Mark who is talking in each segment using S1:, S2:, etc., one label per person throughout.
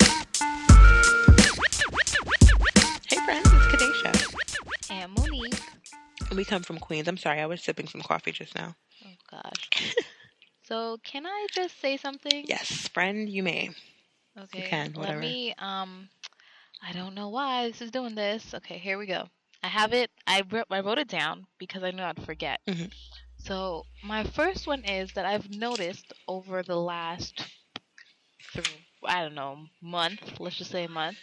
S1: Ah.
S2: we come from Queens. I'm sorry, I was sipping some coffee just now.
S1: Oh gosh. so can I just say something?
S2: Yes, friend, you may.
S1: Okay.
S2: can, whatever.
S1: Let me. Um, I don't know why this is doing this. Okay, here we go. I have it. I wrote, I wrote it down because I knew I'd forget.
S2: Mhm.
S1: So my first one is that I've noticed over the last, th- I don't know, month. Let's just say month.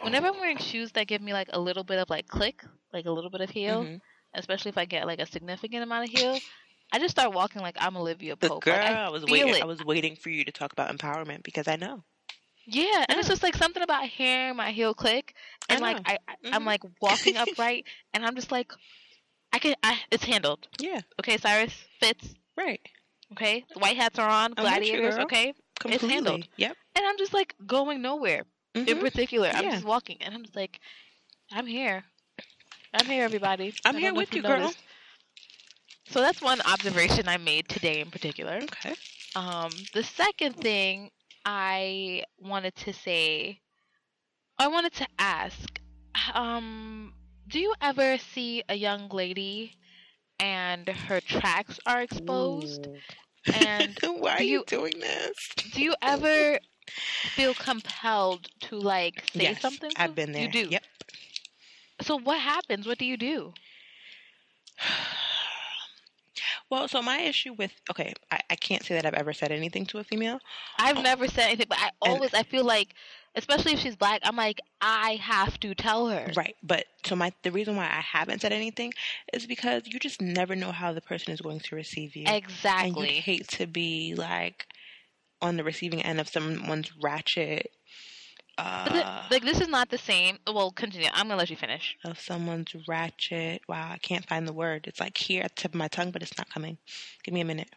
S1: Whenever I'm wearing shoes that give me like a little bit of like click, like a little bit of heel,
S2: Mhm.
S1: especially if I get like a significant amount of heel, I just start walking like I'm Olivia
S2: The
S1: Pope.
S2: girl,
S1: Like, I
S2: I was
S1: feel
S2: waiting.
S1: it.
S2: I was waiting for you to talk about empowerment because I know.
S1: Yeah, and it's just like something about hearing my heel click,
S2: I
S1: and like
S2: know.
S1: I, I I'm
S2: Mhm.
S1: like walking upright, and I'm just like, I can, I it's handled.
S2: Yeah,
S1: Okay, Cyrus fits.
S2: right.
S1: Okay, the white hats are on,
S2: I'm with you,
S1: gladiators.
S2: girl.
S1: okay,
S2: Completely.
S1: handled.
S2: Yep.
S1: and I'm just like going nowhere in
S2: Mhm.
S1: particular. I'm
S2: Yeah.
S1: just walking, and I'm just like, I'm here, I'm here, everybody.
S2: I'm
S1: I
S2: here
S1: don't know
S2: with
S1: if you've
S2: you, girl.
S1: noticed. So that's one observation I made today in particular.
S2: Okay.
S1: Um, the second thing I wanted to say, I wanted to ask, um, do you ever see a young lady and her tracks are exposed? And
S2: Why are
S1: do
S2: you
S1: you-
S2: doing this?
S1: do you ever feel compelled to like say
S2: Yes,
S1: something? to-
S2: I've been there.
S1: You do.
S2: Yep.
S1: So what happens? What do you do?
S2: Well, so my issue with okay, I, I can't say that I've ever said anything to a female. Oh.
S1: I've never said anything, but I always I feel like, especially if she's black, I'm like I have to tell her.
S2: Right. But so my the reason why I haven't said anything is because you just never know how the person is going to receive you. And
S1: Exactly.
S2: you hate to be like on the receiving end of someone's ratchet
S1: But the-
S2: uh,
S1: like this is not the same. Well, continue. I'm gonna let you finish.
S2: of someone's ratchet. Wow, I can't find the word. It's like here at the tip of my tongue, but it's not coming. Give me a minute.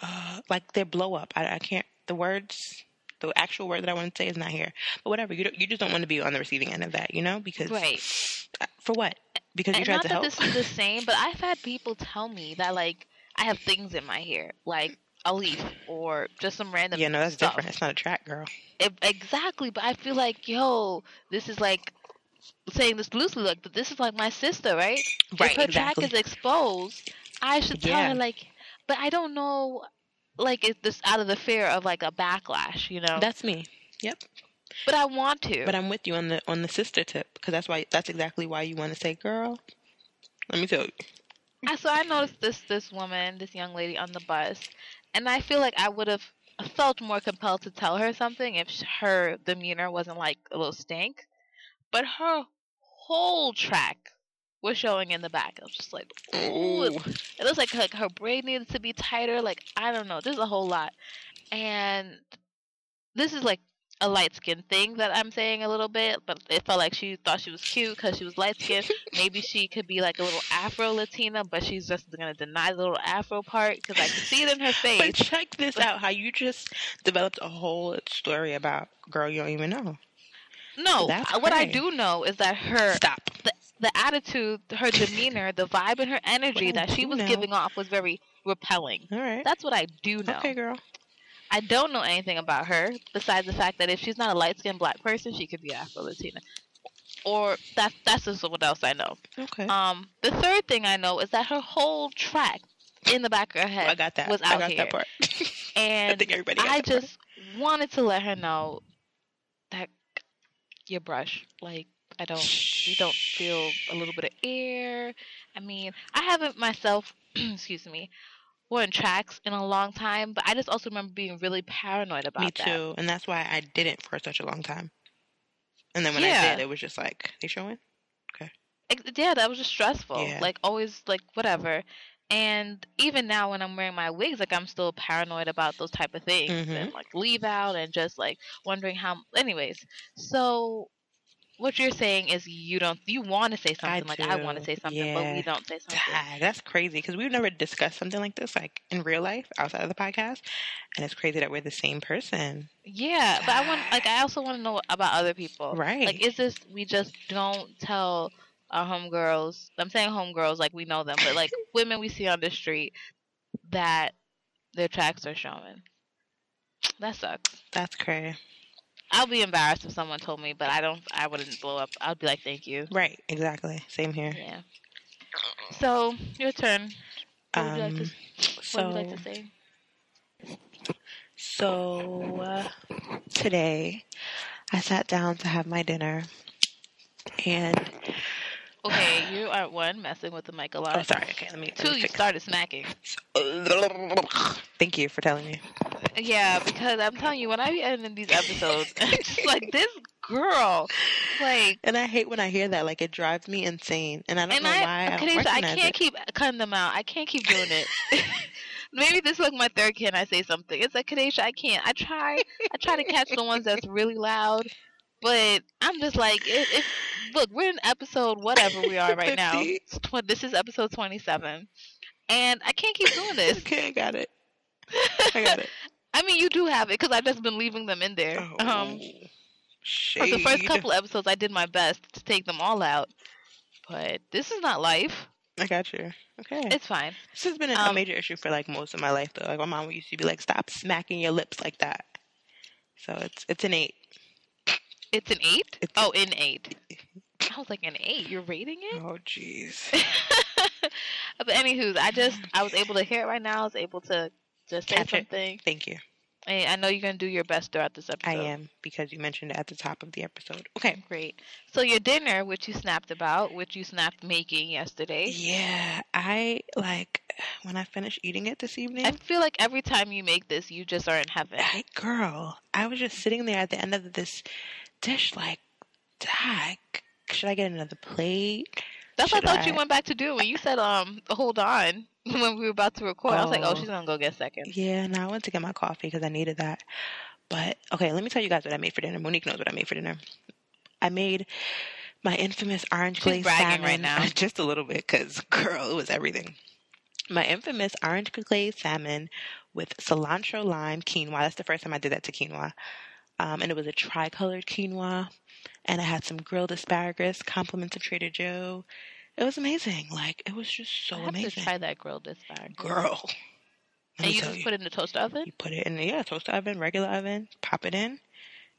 S2: Uh, like their blow up. I, I can't. The words, the actual word that I want to say is not here. But whatever. You don't, you just don't want to be on the receiving end of that, you know? Because uh,
S1: Right.
S2: for what? Because you
S1: And
S2: tried
S1: not
S2: to
S1: that
S2: help.
S1: this is the same, but I've had people tell me that like I have things in my hair, like a leaf or just some random.
S2: yeah, no, that's
S1: stuff.
S2: different. It's not a track, girl.
S1: It- exactly, but I feel like yo, this is like saying this loosely, like but this is like my sister, right? if her track is exposed, I should tell
S2: Yeah.
S1: her like, but I don't know, like it's just out of the fear of like a backlash, you know.
S2: That's me. Yep.
S1: but I want to.
S2: But I'm with you on the on the sister tip because that's why that's exactly why you want to say, girl. Let me tell you.
S1: I, so I noticed this this woman, this young lady on the bus, and I feel like I would have felt more compelled to tell her something if sh- her demeanor wasn't like a little stink. But her whole track was showing in the back. I was just like, ooh, it, it looks like her, her braid needed to be tighter. Like I don't know, there's a whole lot, and this is like a light skin thing that I'm saying a little bit. But it felt like she thought she was cute because she was light skinned maybe she could be like a little Afro Latina, but she's just gonna deny the little Afro part because I can see it in her
S2: But
S1: face.
S2: check this out how you just developed a whole story about girl you don't even know.
S1: No, uh,
S2: That's
S1: what I
S2: crazy.
S1: do know is that her
S2: Stop.
S1: the attitude, her demeanor, the vibe, and her energy
S2: What I
S1: that she
S2: do
S1: was
S2: know-
S1: giving off was very repelling.
S2: All right.
S1: That's what I do know.
S2: Okay, girl.
S1: I don't know anything about her besides the fact that if she's not a light skinned black person, she could be Afro Latina. Or that that's just what else I know.
S2: Okay.
S1: Um, the third thing I know is that her whole track in the back of her head
S2: Oh, I got that.
S1: was
S2: I
S1: out
S2: got
S1: here.
S2: that part.
S1: and
S2: I think everybody got
S1: I
S2: that part.
S1: just wanted to let her know that your brush, like, I don't, you don't feel a little bit of air. I mean, I haven't myself, excuse me, worn tracks in a long time, but I just also remember being really paranoid about
S2: Me
S1: that.
S2: too. And that's why I didn't for such a long time. And then when I
S1: Yeah.
S2: did, it was just like, they showing?
S1: Ex- Yeah, that was just stressful.
S2: Yeah.
S1: Like always, like whatever. And even now, when I'm wearing my wigs, like I'm still paranoid about those type of things
S2: Mhm.
S1: and like leave out and just like wondering how. Anyways, so what you're saying is you don't you want to say something like I
S2: do,
S1: want to say something, but
S2: yeah.
S1: we don't say something.
S2: God, that's crazy because we've never discussed something like this, like in real life outside of the podcast. And it's crazy that we're the same person.
S1: Yeah, but I want like I also want to know about other people.
S2: Right.
S1: Like, is this we just don't tell our homegirls? I'm saying homegirls like we know them, but like women we see on the street that their tracks are showing. That sucks.
S2: that's crazy.
S1: I'll be embarrassed if someone told me, but I don't. I wouldn't blow up. I'd be like, thank you.
S2: Right, exactly. Same here.
S1: Yeah. So your turn. What would you like to,
S2: Um,
S1: s- what
S2: so
S1: would you like to say?
S2: so uh, today I sat down to have my dinner, and
S1: Okay, you are one messing with the mic a lot.
S2: oh, sorry. Okay, let me. let me
S1: Two, you
S2: fix-
S1: started smacking.
S2: Thank you for telling me.
S1: Yeah, because I'm telling you, when I be editing these episodes, it's just like this girl, like,
S2: And I hate when I hear that. Like it drives me insane, and I don't
S1: and
S2: know
S1: I,
S2: why. I don't
S1: Khadijah, I
S2: recognize
S1: can't
S2: it.
S1: keep cutting them out. I can't keep doing it. Maybe this is like my third can I say something. It's like Kadesha, I can't. I try, I try to catch the ones that's really loud, but I'm just like, it, it, look, we're in episode whatever we are right now.
S2: 50?
S1: It's tw- This is episode 27, and I can't keep doing this.
S2: Okay, I got it. I got it.
S1: I mean, you do have it because I've just been leaving them in there.
S2: Oh,
S1: Um, for the first
S2: shade.
S1: couple episodes, I did my best to take them all out, but this is not life.
S2: I got you. Okay.
S1: It's fine.
S2: this has been a- a
S1: um,
S2: major issue for like most of my life, though. Like my mom used to be like, "Stop smacking your lips like that." So it's it's innate.
S1: It's an eight.
S2: It's-
S1: oh, an eight. I was like an eight. You're rating it.
S2: Oh jeez.
S1: but anywho's, I just I was able to hear it right now. I was able to just say
S2: Catch it.
S1: something.
S2: Thank you.
S1: And I know you're gonna do your best throughout this episode.
S2: I am because you mentioned it at the top of the episode. Okay.
S1: Great. So your dinner, which you snapped about, which you snapped making yesterday.
S2: Yeah, I like when I finish eating it this evening.
S1: I feel like every time you make this, you just are in heaven.
S2: I, girl, I was just sitting there at the end of this dish, like, Dag, should I get another plate?
S1: That's what I
S2: Should
S1: thought you
S2: I-
S1: went back to do when you said, um, hold on, when we were about to record. I was like, oh,
S2: Oh.
S1: she's gonna go get second.
S2: Yeah, no, I went to get my coffee because I needed that. But okay, let me tell you guys what I made for dinner. Monique knows what I made for dinner. I made my infamous orange
S1: She's
S2: glazed salmon.
S1: bragging right now.
S2: Just a little bit because, girl, it was everything. My infamous orange glazed salmon with cilantro lime quinoa. That's the first time I did that to quinoa. Um, and it was a tri-colored quinoa. And I had some grilled asparagus, compliments of Trader Joe. It was amazing. Like, it was just so
S1: I have to
S2: amazing.
S1: try that grilled asparagus.
S2: Girl. Let
S1: And
S2: me
S1: you
S2: tell
S1: just put it in the toaster oven?
S2: you put it in the yeah, toaster oven, regular oven, pop it in,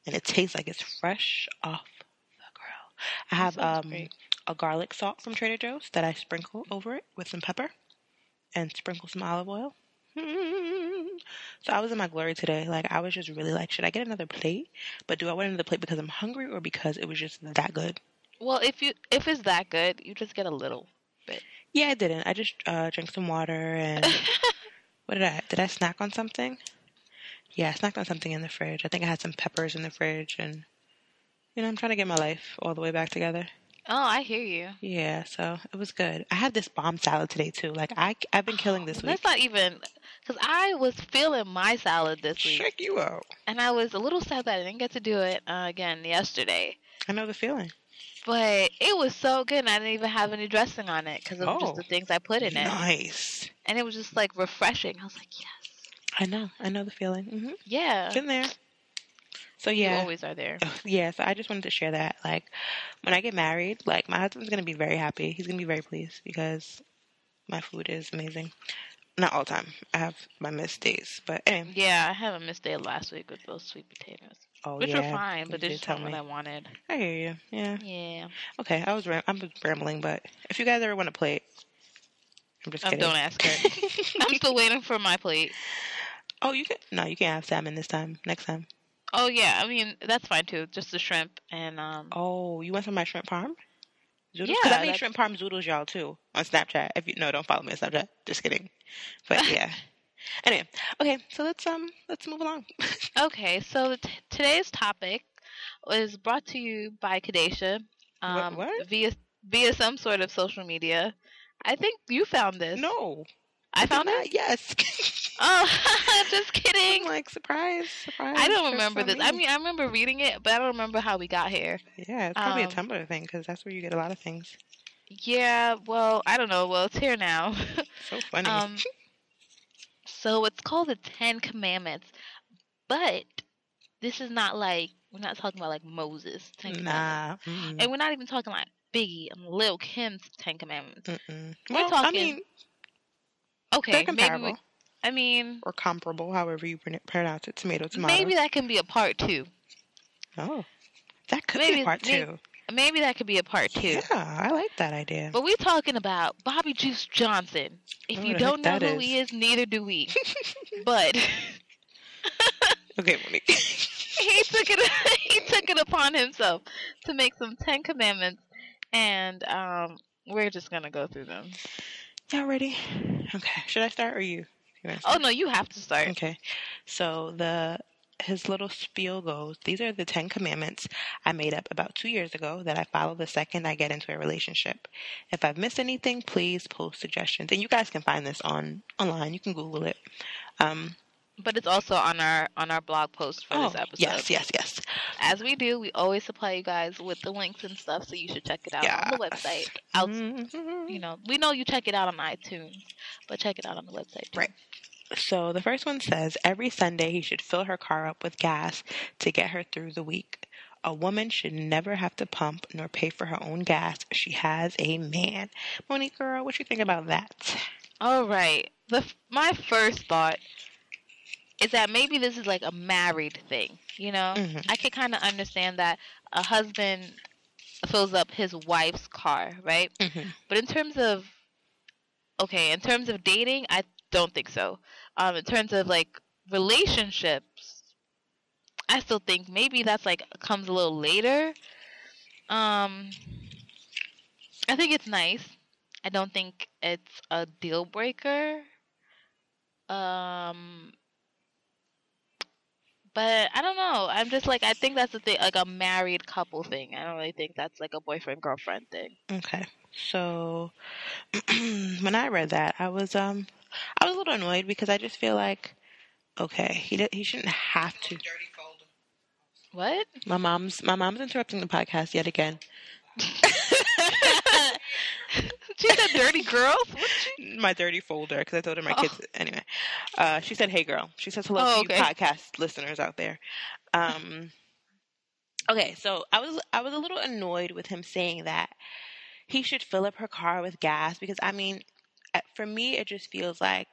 S2: and it tastes like it's fresh off the grill. I have
S1: sounds
S2: um
S1: great.
S2: a garlic salt from Trader Joe's that I sprinkle over it with some pepper and sprinkle some olive oil. So I was in my glory today. Like I was just really like, should I get another plate? But do I want another plate because I'm hungry or because it was just that good?
S1: Well, if you if it's that good, you just get a little.
S2: Yeah, I didn't. I just uh, drank some water and what did I? Did I snack on something? Yeah, I snacked on something in the fridge. I think I had some peppers in the fridge, and you know, I'm trying to get my life all the way back together.
S1: Oh, I hear you.
S2: Yeah, so it was good. I had this bomb salad today too. Like I, I've been killing this
S1: That's
S2: week.
S1: not even because I was feeling my salad this week,
S2: Check you out.
S1: and I was a little sad that I didn't get to do it uh, again yesterday.
S2: I know the feeling.
S1: But it was so good, and I didn't even have any dressing on it because of
S2: Oh.
S1: just the things I put in it,
S2: Nice.
S1: and it was just like refreshing. I was like, yes,
S2: I know. I know the feeling. hmm
S1: yeah.
S2: Been there. So
S1: You
S2: yeah.
S1: always are there.
S2: Ugh, Yeah, so I just wanted to share that. Like, when I get married, like my husband's gonna be very happy. He's gonna be very pleased because my food is amazing. Not all the time. I have my missed days, but anyway.
S1: Yeah, I had a mistake last week with those sweet potatoes,
S2: Oh
S1: which
S2: yeah,
S1: were fine,
S2: you
S1: but they
S2: did
S1: just
S2: tell
S1: not what
S2: me.
S1: I wanted.
S2: I hear you. Yeah.
S1: Yeah,
S2: Okay, I was ram- I'm just rambling, but if you guys ever want to play, it, I'm just
S1: um,
S2: kidding.
S1: don't ask her. I'm still waiting for my plate.
S2: oh, you can. No, you can't have salmon this time. Next time.
S1: Oh yeah, I mean that's fine too. Just the shrimp and um.
S2: Oh, you want some of my shrimp parm? Zoodles?
S1: Yeah,
S2: Because I made
S1: that's-
S2: shrimp parm zoodles, y'all, too, on Snapchat. If you no, don't follow me on Snapchat. Just kidding. But yeah. anyway, okay, so let's um let's move along. Oh.
S1: Okay, so t- today's topic is brought to you by Kadesha. Um,
S2: what?
S1: Via via some sort of social media. I think you found this.
S2: no,
S1: I found
S2: did
S1: it.
S2: not. Yes.
S1: Oh, just
S2: I'm
S1: kidding.
S2: like surprise, surprise.
S1: I
S2: they're
S1: don't remember
S2: from
S1: this.
S2: me.
S1: I mean, I remember reading it, but I don't remember how we got here.
S2: yeah, it's probably
S1: um,
S2: a Tumblr thing because that's where you get a lot of things.
S1: Yeah, well, I don't know. Well, it's here now.
S2: So funny.
S1: um, so it's called the Ten Commandments, but this is not like we're not talking about like Moses. Ten Commandments.
S2: nah. mm-mm.
S1: And we're not even talking like Biggie and Lil Kim's Ten Commandments.
S2: Mm-mm.
S1: We're
S2: Well, I
S1: talking-
S2: mean,
S1: Okay,
S2: they're
S1: maybe.
S2: comparable
S1: We, I mean,
S2: or comparable, however you pron- pronounce it. Tomato, tomato.
S1: maybe that can be a part two.
S2: Oh, that could be
S1: Maybe-
S2: part
S1: may-
S2: two.
S1: Maybe that could be a part two.
S2: Yeah, I like that idea.
S1: But we're talking about Bobby Juice Johnson. If
S2: Who
S1: you
S2: the
S1: don't know
S2: heck that
S1: who he is, neither do we. but
S2: Okay, Monique.
S1: he took it he took it upon himself to make some Ten Commandments, and um, we're just gonna go through them.
S2: Y'all ready? Okay. Should I start or you? You wanna
S1: Oh no, you have to start.
S2: Okay. So the his little spiel goes, These are the Ten Commandments I made up about two years ago that I follow the second I get into a relationship. If I've missed anything, please post suggestions. And you guys can find this on online. You can Google it. Um,
S1: But it's also on our on our blog post for
S2: oh,
S1: this episode.
S2: yes, yes, yes.
S1: As we do, we always supply you guys with the links and stuff, so you should check it out on the
S2: Yes.
S1: website. Out,
S2: Mhm.
S1: you know, we know you check it out on iTunes, but check it out on the website. Too.
S2: Right. So the first one says every Sunday he should fill her car up with gas to get her through the week. A woman should never have to pump nor pay for her own gas if she has a man. Monique girl, what you think about that?
S1: All right. The f- my first thought is that maybe this is like a married thing. You know,
S2: Mhm.
S1: Mm-hmm. I could kind of understand that a husband fills up his wife's car, right?
S2: Mhm.
S1: But in terms of okay, in terms of dating, I don't think so. Um, in terms of like relationships, I still think maybe that's like comes a little later. Um, I think it's nice. I don't think it's a deal breaker. Um, but I don't know. I'm just like I think that's the thing, like a married couple thing. I don't really think that's like a boyfriend girlfriend thing.
S2: Okay. So when I read that, I was um I was a little annoyed because I just feel like okay, he did, he shouldn't have to.
S1: What?
S2: My mom's my mom's interrupting the podcast yet again.
S1: She's a dirty girl. What?
S2: my dirty folder because I told her my
S1: Oh.
S2: kids. Anyway, uh, she said, "Hey, girl." She says hello
S1: Oh,
S2: to
S1: okay.
S2: you podcast listeners out there. Um, okay, so I was I was a little annoyed with him saying that he should fill up her car with gas because I mean, uh, for me, it just feels like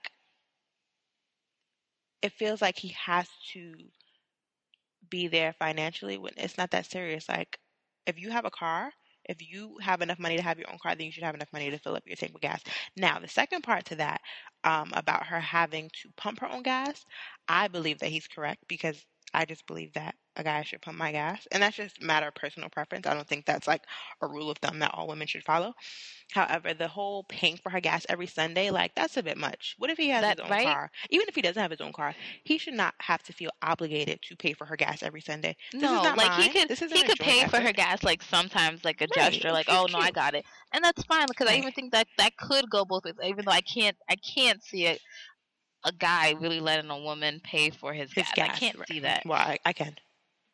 S2: it feels like he has to be there financially when it's not that serious. Like, if you have a car. If you have enough money to have your own car, then you should have enough money to fill up your tank with gas. Now, the second part to that, um, about her having to pump her own gas, I believe that he's correct because I just believe that a guy should pump my gas. And that's just a matter of personal preference. I don't think that's like a rule of thumb that all women should follow. However, the whole paying for her gas every Sunday, like that's a bit much. What if he has
S1: That-
S2: his own
S1: right?
S2: car? Even if he doesn't have his own car, he should not have to feel obligated to pay for her gas every Sunday. This is
S1: No,
S2: not
S1: like he
S2: mine.
S1: could
S2: This isn't
S1: he
S2: a
S1: could
S2: joint
S1: pay for her
S2: effort.
S1: gas like sometimes like a
S2: Right,
S1: gesture
S2: and
S1: like
S2: she's
S1: oh no I
S2: cute.
S1: got it and that's fine because I
S2: Right.
S1: even think that that could go both ways even though I can't I can't see a a guy really letting a woman pay for his,
S2: His
S1: gas.
S2: gas.
S1: I can't
S2: right.
S1: see that
S2: Well, I, I can.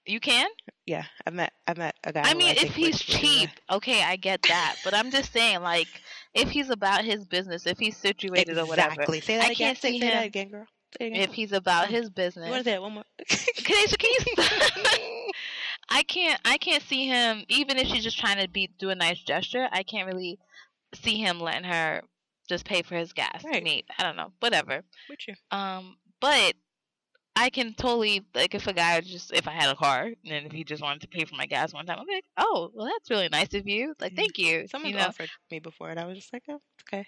S1: you can
S2: Yeah, I met I met a guy.
S1: I
S2: who
S1: mean, if
S2: think
S1: he's
S2: would- would do
S1: cheap, okay, I get that. But I'm just saying, like, if he's about his business, if he's
S2: that.
S1: situated or whatever,
S2: exactly. Say that
S1: I
S2: again.
S1: can't
S2: say,
S1: see
S2: say
S1: him.
S2: that again, girl. Say it again.
S1: if he's about his
S2: you want
S1: business,
S2: to say it one more?
S1: Kanisha, can you stop? I can't, I can't see him. Even if she's just trying to be do a nice gesture, I can't really see him letting her just pay for his gas. I
S2: Right.
S1: mean, I don't know, whatever.
S2: With you.
S1: Um, but I can totally like if a guy just if I had a car and if he just wanted to pay for my gas one time, I'm like, oh, well, that's really nice of you. Like,
S2: Mhm.
S1: thank you.
S2: Someone
S1: you know.
S2: offered me before, and I was just like, oh, it's okay.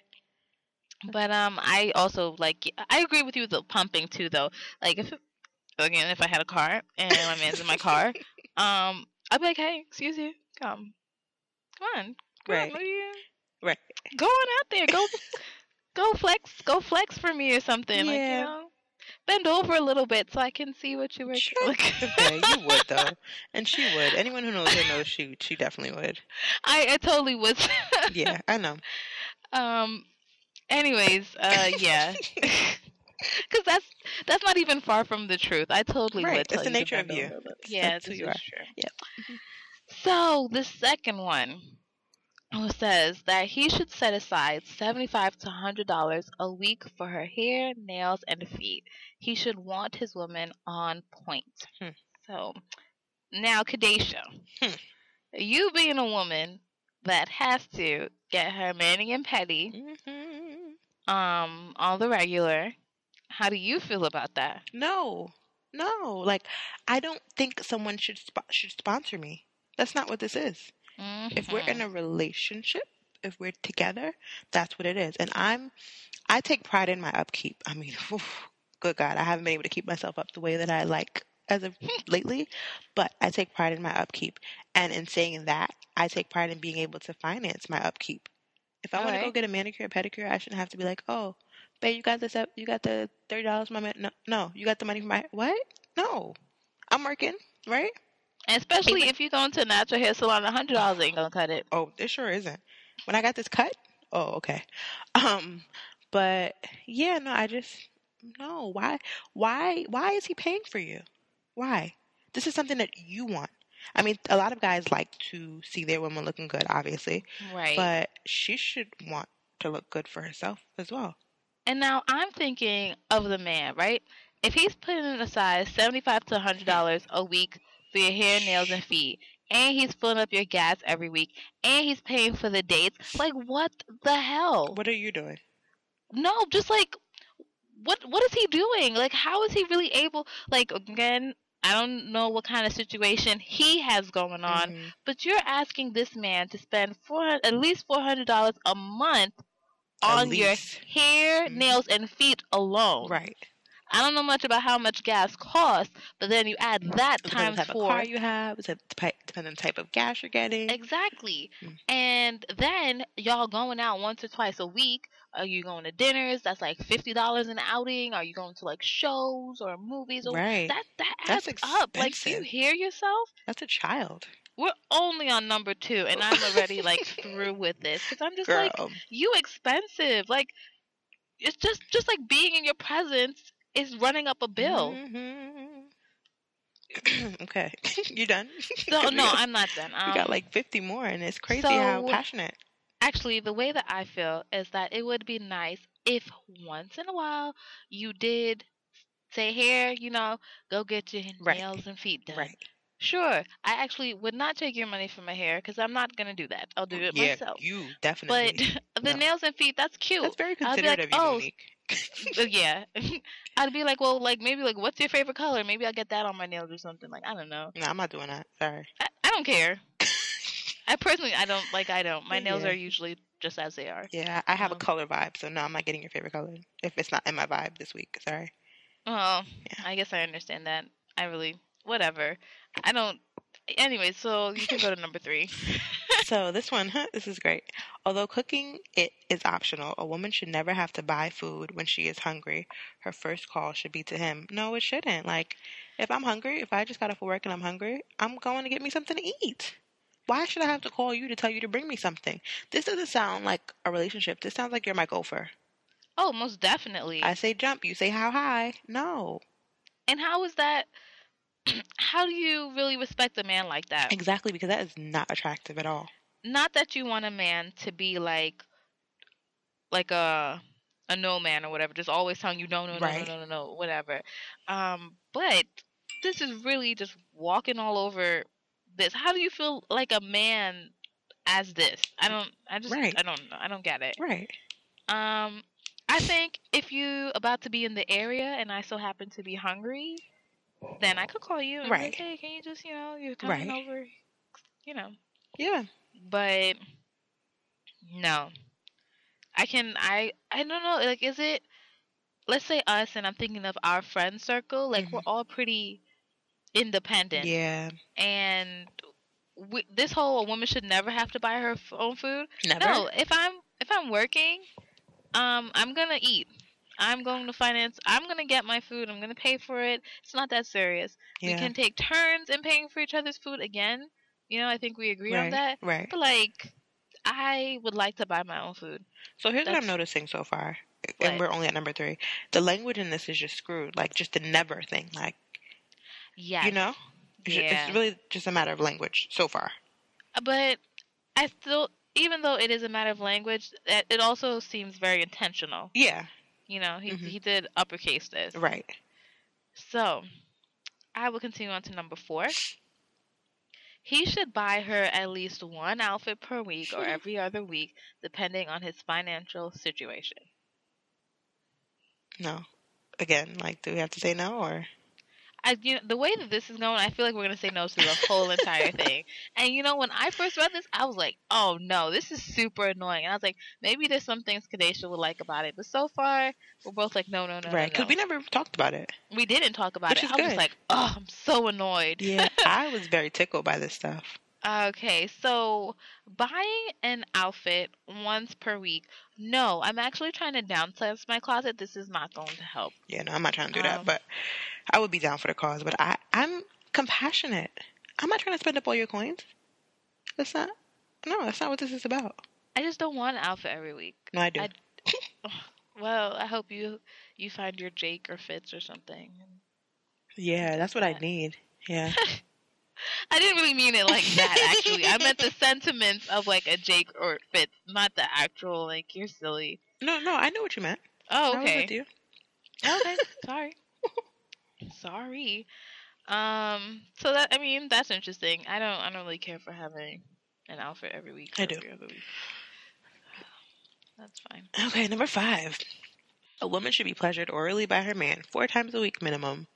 S1: But um, I also like I agree with you with the pumping too, though. Like if again if I had a car and my man's in my car, um, I'd be like, hey, excuse you, come, come on, come on,
S2: Right.
S1: what are you?
S2: Right.
S1: Go on out there, go, go flex, go flex for me or something. Like you
S2: Yeah.
S1: know, bend over a little bit so I can see what you were.
S2: Sure.
S1: Look,
S2: okay, you would though, and she would. Anyone who knows her knows she she definitely would.
S1: I I totally was.
S2: Yeah, I know.
S1: um. Anyways, uh, yeah. Because that's that's not even far from the truth. I totally
S2: Right,
S1: would.
S2: it's
S1: Tell
S2: the
S1: you to
S2: nature of
S1: bend
S2: you.
S1: over, but
S2: It's-
S1: Yeah,
S2: that's who
S1: this
S2: you
S1: is
S2: are. Mm-hmm.
S1: True.
S2: Yep.
S1: So the second one who says that he should set aside seventy-five to hundred dollars a week for her hair, nails, and feet. He should want his woman on point.
S2: Hmm.
S1: So now, Kadesha,
S2: Hmm.
S1: you being a woman that has to get her manny and petty
S2: Mhm.
S1: mm-hmm. um on the regular, how do you feel about that?
S2: No, No, like I don't think someone should sp- should sponsor me. That's not what this is. If we're
S1: Mm-hmm.
S2: in a relationship, if we're together, that's what it is. And I'm I take pride in my upkeep. I mean, oof, good God, I haven't been able to keep myself up the way that I like as of lately, but I take pride in my upkeep. And in saying that, I take pride in being able to finance my upkeep. If I want to go
S1: Alright.
S2: get a manicure, pedicure, I shouldn't have to be like, oh, babe, you got this up, you got the thirty dollars, my man. No, no, you got the money for my what? No, I'm working, right?
S1: And especially if you go into a natural hair salon, a hundred dollars ain't gonna cut it.
S2: Oh, it sure isn't. When I got this cut, oh, okay. Um, but yeah, no, I just no. Why? Why? Why is he paying for you? Why? This is something that you want. I mean, a lot of guys like to see their women looking good, obviously,
S1: Right.
S2: but she should want to look good for herself as well.
S1: And now I'm thinking of the man, right? If he's putting aside seventy-five to hundred dollars a week for your hair, nails, and feet, and he's filling up your gas every week, and he's paying for the dates, like what the hell?
S2: What are you doing?
S1: No, just like what what is he doing? Like how is he really able? Like again, I don't know what kind of situation he has going on,
S2: Mhm.
S1: but you're asking this man to spend four at least four hundred dollars a month
S2: At
S1: on your
S2: least.
S1: hair,
S2: Mhm.
S1: nails, and feet alone.
S2: right?
S1: I don't know much about how much gas costs, but then you add that
S2: Mm-hmm. Depending on
S1: times
S2: the type of
S1: four.
S2: car you have, depending on the type of gas you're getting.
S1: Exactly.
S2: Mm.
S1: And then y'all going out once or twice a week. Are you going to dinners? That's like fifty dollars an outing. Are you going to like shows or movies or
S2: Right.
S1: that that adds
S2: That's
S1: up. Like do you
S2: expensive.
S1: hear yourself?
S2: That's a child,
S1: We're only on number two and I'm already like through with this. Because I'm just
S2: girl.
S1: like you expensive. Like it's just just like being in your presence is running up a bill.
S2: Mm-hmm. Mhm. okay, you done?
S1: So
S2: 'Cause we
S1: no,
S2: got-
S1: I'm not done. Um,
S2: we got like fifty more, and it's crazy how
S1: so-
S2: passionate.
S1: Actually, the way that I feel is that it would be nice if once in a while you did say, here, you know, go get your
S2: Right.
S1: nails and feet done.
S2: Right?
S1: Sure, I actually would not take your money for my hair because I'm not going to do that. I'll do it
S2: yeah,
S1: myself.
S2: you
S1: But
S2: definitely.
S1: the
S2: No.
S1: nails and feet, that's cute.
S2: That's very
S1: I'll be
S2: considerate of
S1: like,
S2: you,
S1: "Oh,
S2: Monique.
S1: Uh, yeah. I'd be like, well, like, maybe, like, what's your favorite color? Maybe I'll get that on my nails or something. Like, I don't know.
S2: No, I'm not doing that. Sorry.
S1: I, I don't care. I personally, I don't, like, I don't. My nails
S2: Yeah.
S1: are usually just as they are.
S2: Yeah, I have a
S1: Um,
S2: color vibe, so no, I'm not getting your favorite color if it's not in my vibe this week. Sorry.
S1: Oh, I guess I understand that. I really, whatever. I don't. Anyway, so you can go to number three.
S2: so this one, huh, this is great. Although cooking it is optional, a woman should never have to buy food when she is hungry. Her first call should be to him. No, it shouldn't. Like, if I'm hungry, if I just got off of work and I'm hungry, I'm going to get me something to eat. Why should I have to call you to tell you to bring me something? This doesn't sound like a relationship. This sounds like you're my gopher.
S1: Oh, most definitely.
S2: I say jump, you say how high. No,
S1: And how is that? How do you really respect a man like that?
S2: exactly because that is not attractive at all.
S1: Not that you want a man to be like, like a a no man or whatever, just always telling you no, no, no,
S2: Right.
S1: no, no, no, no, whatever. Um, but this is really just walking all over this. How do you feel like a man as this? I don't. I just.
S2: Right.
S1: I don't. know. I don't get it.
S2: Right.
S1: Um, I think if you about to be in the area and I so happen to be hungry, then I could call you and
S2: Right.
S1: be like, hey, can you just, you know, you're coming
S2: Right.
S1: over, you know.
S2: Yeah.
S1: But no, I can. I I don't know. Like, is it? Let's say us, and I'm thinking of our friend circle. Like, we're all pretty independent,
S2: Mm-hmm. Yeah.
S1: and we, this whole a woman should never have to buy her f- own food.
S2: Never.
S1: No, if I'm if I'm working, um, I'm gonna eat. I'm going to finance. I'm gonna get my food. I'm gonna pay for it. It's not that serious. We
S2: yeah.
S1: can take turns in paying for each other's food. Again, you know, I think we agree on
S2: right.
S1: that.
S2: Right.
S1: But like, I would like to buy my own food.
S2: So here's what I'm
S1: That's-
S2: noticing so far,
S1: What?
S2: and we're only at number three. The language in this is just screwed, like just the never thing. Like
S1: Yes.
S2: you know, it's, ju- it's
S1: Yeah.
S2: really just a matter of language so far.
S1: But I still, even though it is a matter of language, that it also seems very intentional.
S2: Yeah,
S1: You know, he
S2: Mhm.
S1: he did uppercase this.
S2: right.
S1: So, I will continue on to number four. He should buy her at least one outfit per week or every other week, depending on his financial situation.
S2: No, again, like do we have to say no or
S1: I you know, the way that this is going, I feel like we're gonna say no to the whole entire thing. And you know, when I first read this, I was like, "Oh no, this is super annoying." And I was like, "Maybe there's some things Kadesha would like about it," but so far, we're both like, "No, no, no,
S2: right?
S1: right?"
S2: Because we never talked about it.
S1: we, we didn't talk about
S2: Which
S1: it.
S2: is
S1: I was
S2: good.
S1: just like, "Oh, I'm so annoyed."
S2: Yeah, I was very tickled by this stuff.
S1: Okay, so buying an outfit once per week. No, I'm actually trying to downsize my closet. This is not going to help.
S2: Yeah, no, I'm not trying to do that,
S1: Um,
S2: but I would be down for the cause. But I, I'm compassionate. I'm not trying to spend up all your coins. That's not. No, that's not what this is about.
S1: I just don't want an outfit every week.
S2: No, I do.
S1: I- Well, I hope you you find your Jake or Fitz or something.
S2: yeah, that's what I need. Yeah,
S1: I didn't really mean it like that. Actually, I meant the sentiments of like a Jake or Fitz, not the actual like you're silly.
S2: no, no, I know what you meant.
S1: Oh,
S2: I was with
S1: okay. Oh,
S2: you.
S1: Okay, sorry. Sorry. Um. So that I mean that's interesting. I don't I don't really care for having an outfit every week.
S2: I
S1: or
S2: do.
S1: every other week. That's fine.
S2: Okay, number five. A woman should be pleasured orally by her man four times a week minimum.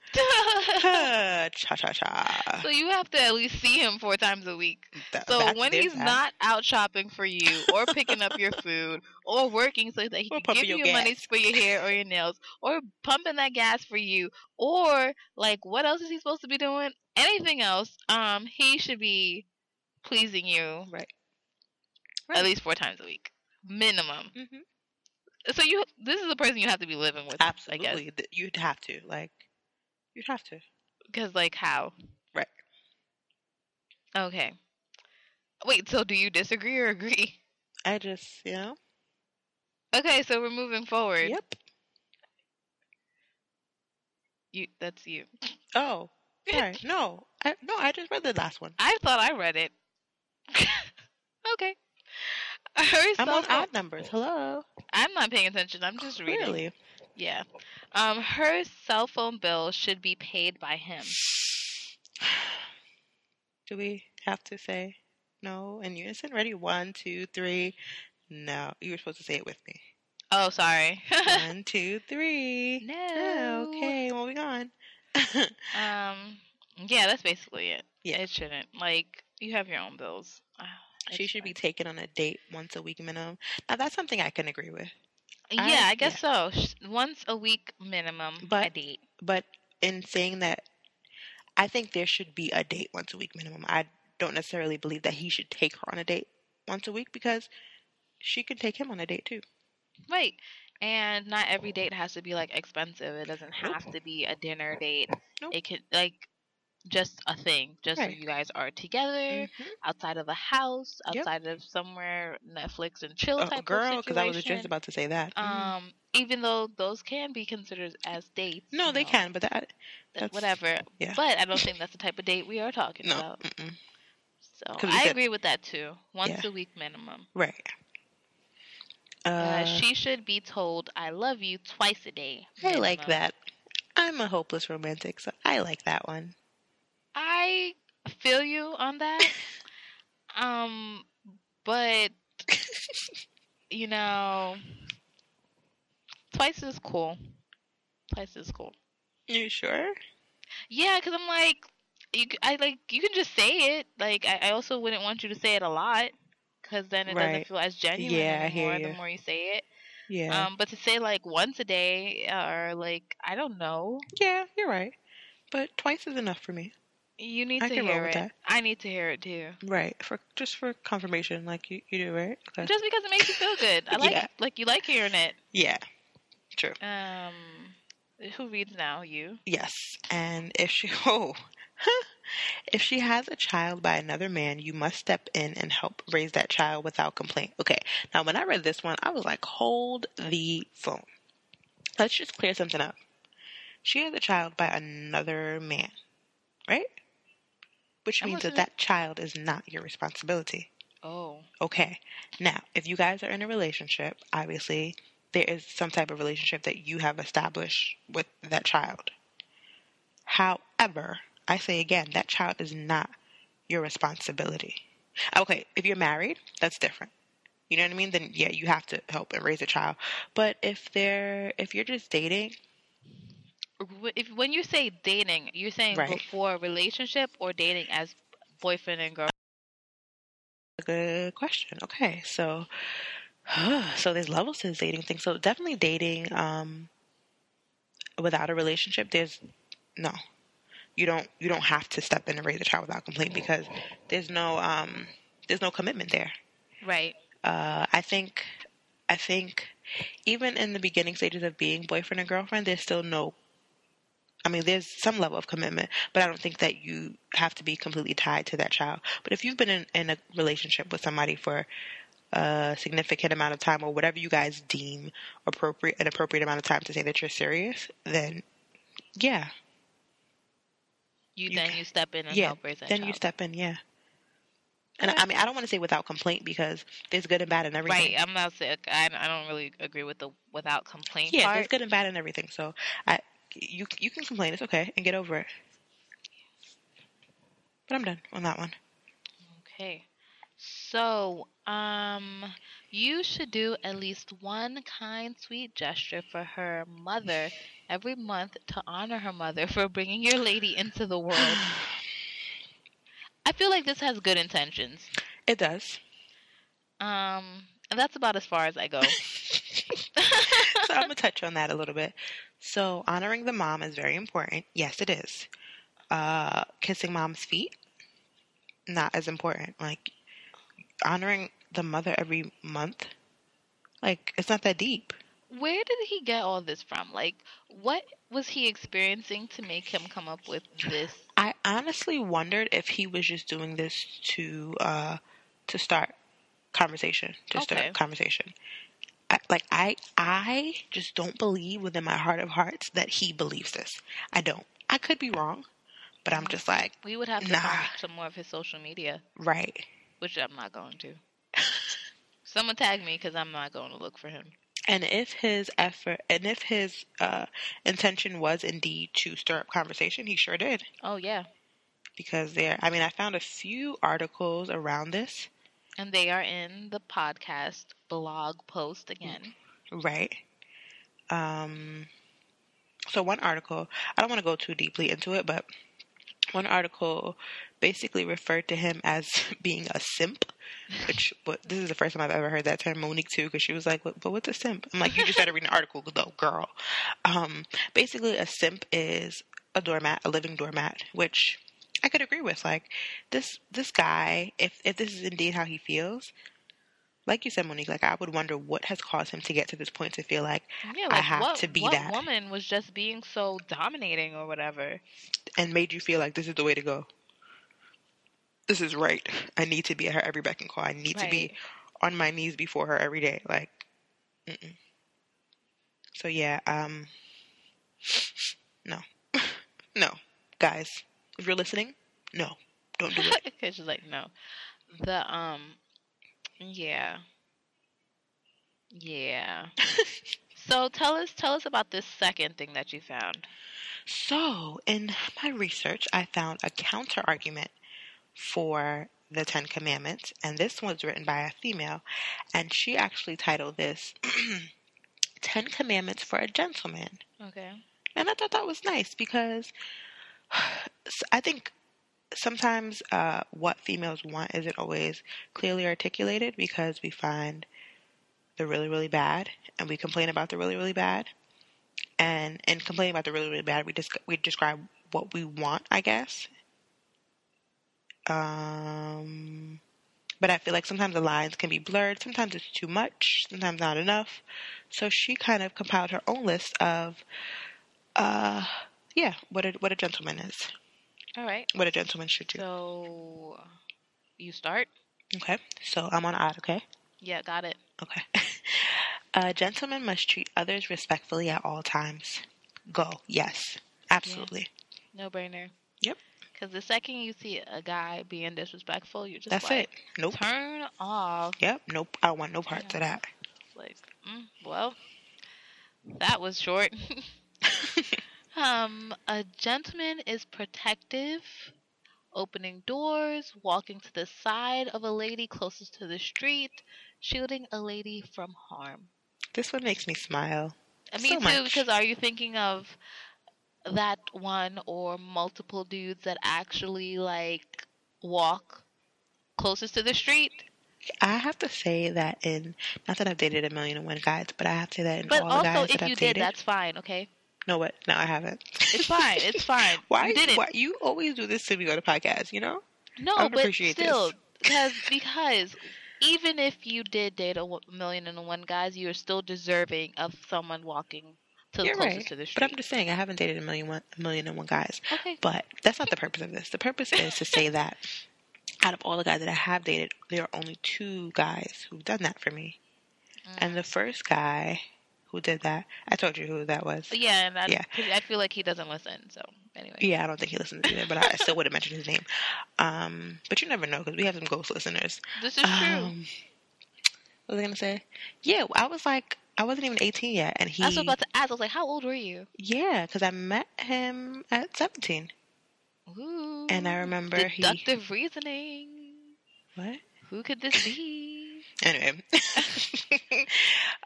S2: cha cha cha.
S1: so you have to at least see him four times a week.
S2: That-
S1: So
S2: that-
S1: when
S2: there's
S1: he's
S2: that.
S1: not out shopping for you or picking up your food or working so that he
S2: Or
S1: can give
S2: pumping your
S1: you money
S2: gas.
S1: for your hair or your nails or pumping that gas for you or like what else is he supposed to be doing? Anything else? Um, he should be pleasing you
S2: Right.
S1: at least four times a week minimum.
S2: Mhm.
S1: So you this is the person you have to be living with, mm-hmm, I guess,
S2: absolutely, Th- you'd have to like, you'd have to.
S1: because like how?
S2: Right.
S1: Okay. Wait. So do you disagree or agree?
S2: I just, you know.
S1: Okay, so we're moving forward.
S2: Yep.
S1: You, that's you.
S2: Oh, right. No, I, no, I just read the last one.
S1: I thought I read it. okay.
S2: I'm on
S1: Herself,
S2: odd numbers. Hello.
S1: I'm not paying attention. I'm just reading.
S2: Really?
S1: Yeah. Um, her cell phone bill should be paid by him.
S2: Do we have to say no in unison? Ready? One, two, three. No, you were supposed to say it with me.
S1: Oh, sorry.
S2: One, two, three.
S1: no.
S2: Oh, okay, well, we gone.
S1: Um, yeah, that's basically it.
S2: Yeah.
S1: It shouldn't. Like, you have your own bills. Ah,
S2: she
S1: it's
S2: should be
S1: fine.
S2: taken on a date once a week minimum. Now, that's something I can agree with. I-
S1: Yeah, I guess so. Sh- Once a week minimum. a
S2: But-
S1: date.
S2: But in saying that, I think there should be a date once a week minimum. I don't necessarily believe that he should take her on a date once a week because she could take him on a date too.
S1: Right. And not every date has to be like expensive. It doesn't
S2: Nope.
S1: have to be a dinner date.
S2: Nope.
S1: It could like just a thing, just
S2: Right.
S1: so you guys are together
S2: Mm-hmm.
S1: outside of the house,
S2: Yep.
S1: outside of somewhere Netflix and chill
S2: Oh,
S1: type
S2: girl,
S1: of
S2: because
S1: situation.
S2: I was just about to say that. Mhm.
S1: um, even though those can be considered as dates.
S2: no,
S1: you
S2: they
S1: know,
S2: can, but that
S1: th-
S2: that's-
S1: whatever.
S2: yeah.
S1: But I don't think that's the type of date we are talking
S2: no,
S1: about.
S2: mm-mm.
S1: So
S2: 'Cause we
S1: I
S2: said-
S1: agree with that too. Once
S2: Yeah.
S1: a week minimum.
S2: right? Uh,
S1: Uh, she should be told "I love you" twice a day.
S2: I like
S1: minimum.
S2: that. I'm a hopeless romantic, so I like that one.
S1: I feel you on that. um, but you know, twice is cool. Twice is cool.
S2: You sure?
S1: Yeah, because I'm like, you. c- I like you can just say it. Like I, I also wouldn't want you to say it a lot, because then it
S2: Right.
S1: doesn't feel as genuine
S2: Yeah, I hear
S1: anymore.
S2: you.
S1: The more you say it,
S2: Yeah,
S1: um, but to say like once a day or like I don't know,
S2: yeah, you're right. But twice is enough for me,
S1: you need
S2: I
S1: to
S2: can roll
S1: hear
S2: with
S1: it.
S2: that.
S1: I need to hear it too.
S2: right? For just for confirmation, like you, you do, right? Okay.
S1: Just because it makes you feel good. I like
S2: Yeah.
S1: like you like hearing it.
S2: yeah.
S1: Um, who reads now? You.
S2: Yes, and if she oh, if she has a child by another man, you must step in and help raise that child without complaint. Okay, now when I read this one, I was like, hold the phone. Let's just clear something up. She has a child by another man, right? Which
S1: I'm
S2: means that
S1: listening.
S2: that child is not your responsibility.
S1: Oh.
S2: Okay. Now, if you guys are in a relationship, obviously there is some type of relationship that you have established with that child. However, I say again, that child is not your responsibility. Okay, if you're married, that's different. You know what I mean? Then yeah, you have to help and raise a child. But if they're if you're just dating,
S1: wh- if when you say dating, you're saying
S2: Right.
S1: before a relationship or dating as boyfriend and girl.
S2: Good question. Okay, so so there's levels to this dating thing. So definitely dating um without a relationship. There's no, you don't you don't have to step in and raise a child without complaint because there's no um there's no commitment there.
S1: Right.
S2: Uh, I think I think even in the beginning stages of being boyfriend and girlfriend, there's still no. I mean, there's some level of commitment, but I don't think that you have to be completely tied to that child. But if you've been in, in a relationship with somebody for a significant amount of time, or whatever you guys deem appropriate, an appropriate amount of time to say that you're serious, then yeah,
S1: You,
S2: You
S1: then
S2: ca-
S1: you step in and
S2: yeah,
S1: help raise that
S2: then
S1: child.
S2: you step in, yeah. And
S1: Okay.
S2: I mean, I don't want to say without complaint because there's good and bad in everything.
S1: Right. I'm not sick. I, I don't really agree with the without complaint
S2: Yeah,
S1: part.
S2: there's good and bad and everything. So I, you you can complain. It's okay, and get over it. But I'm done on that one.
S1: Okay. So, um, you should do at least one kind, sweet gesture for her mother every month to honor her mother for bringing your lady into the world. I feel like this has good intentions.
S2: It does.
S1: Um, and that's about as far as I go.
S2: So I'm gonna touch on that a little bit. So honoring the mom is very important. Yes, it is. Uh, kissing mom's feet, not as important. Like honoring the mother every month. Like it's not that deep.
S1: Where did he get all this from? Like, what was he experiencing to make him come up with this?
S2: I honestly wondered if he was just doing this to uh to start conversation, to
S1: Okay.
S2: start conversation. I, like I I just don't believe within my heart of hearts that he believes this. I don't. I could be wrong, but I'm just like,
S1: We would have to
S2: Nah.
S1: find some more of his social media.
S2: right.
S1: which I'm not going to. Someone tag me because I'm not going to look for him.
S2: And if his effort and if his uh intention was indeed to stir up conversation, he sure did.
S1: Oh yeah,
S2: Because there I mean I found a few articles around this.
S1: and they are in the podcast blog post again.
S2: Mm. Right. Um, so one article, I don't want to go too deeply into it, but one article basically referred to him as being a simp, which but this is the first time I've ever heard that term. Monique too, because she was like, "What- "But what's a simp?" I'm like, "You just had to read an article, though, girl." Um, basically, a simp is a doormat, a living doormat, which I could agree with. Like this, this guy, if if this is indeed how he feels, like you said, Monique, like I would wonder what has caused him to get to this point to feel like
S1: Yeah,
S2: I have
S1: what,
S2: to be
S1: what
S2: that.
S1: woman was just being so dominating or whatever?
S2: and made you feel like this is the way to go. This is right. I need to be at her every beck and call. I need to be
S1: Right.
S2: on my knees before her every day. Like, mm-mm. so yeah. Um, no, no, guys, if you're listening, no, don't do it.
S1: 'Cause she's like, no, the um, yeah, yeah. so tell us, tell us about this second thing that you found.
S2: So, in my research, I found a counter argument for the Ten Commandments, and this was written by a female, and she actually titled this Ten Commandments for a Gentleman.
S1: Okay.
S2: And I thought that was nice because s- I think sometimes uh, what females want isn't always clearly articulated because we find the really, really bad and we complain about the really, really bad. And in complaining about the really, really bad, we, desc- we describe what we want, I guess. Um, but I feel like sometimes the lines can be blurred. Sometimes it's too much, sometimes not enough. So she kind of compiled her own list of uh yeah what a what a gentleman is
S1: All right.
S2: what a gentleman should do
S1: So you start.
S2: okay so i'm on odd okay
S1: Yeah, got it.
S2: okay a gentleman must treat others respectfully at all times go yes absolutely
S1: No brainer.
S2: Yep.
S1: Because the second you see a guy being disrespectful, you just
S2: that's
S1: like,
S2: it nope
S1: turn off.
S2: yep nope i don't want no parts of that
S1: Like, mm, well, that was short. um, a gentleman is protective, opening doors, walking to the side of a lady closest to the street, shielding a lady from harm.
S2: this one makes me smile
S1: And me
S2: So
S1: too,
S2: much.
S1: because are you thinking of that one or multiple dudes that actually like walk closest to the street.
S2: I have to say that in not that I've dated a million and one guys, but I have to say that in
S1: But
S2: all the
S1: also,
S2: guys
S1: if
S2: that I've
S1: you
S2: dated.
S1: did, that's fine. Okay,
S2: no, what? No, I haven't.
S1: it's fine. It's fine.
S2: why,
S1: you didn't?
S2: why you always do this to me on the podcast? You know,
S1: No,
S2: I would
S1: but
S2: appreciate this.
S1: still, because because even if you did date a wo- million and one guys, you are still deserving of someone walking to the
S2: You're
S1: closest
S2: right,
S1: to the
S2: but
S1: street.
S2: I'm just saying I haven't dated a million one, a million and one guys.
S1: okay,
S2: But that's not the purpose of this. The purpose is to say that out of all the guys that I have dated, there are only two guys who've done that for me.
S1: Mm.
S2: And the first guy who did that, I told you who that was.
S1: yeah, and I,
S2: Yeah.
S1: 'cause I feel like he doesn't listen. So anyway,
S2: Yeah, I don't think he listens either, but I still would have mentioned his name. Um, but you never know because we have some ghost listeners.
S1: this is true.
S2: Um, what was I gonna say? Yeah, I was like, I wasn't even 18 yet, and he.
S1: I was about to ask. I was like, "How old were you?"
S2: Yeah, because I met him at 17.
S1: Ooh,
S2: And I remember he-
S1: deductive reasoning.
S2: What?
S1: Who could this be?
S2: anyway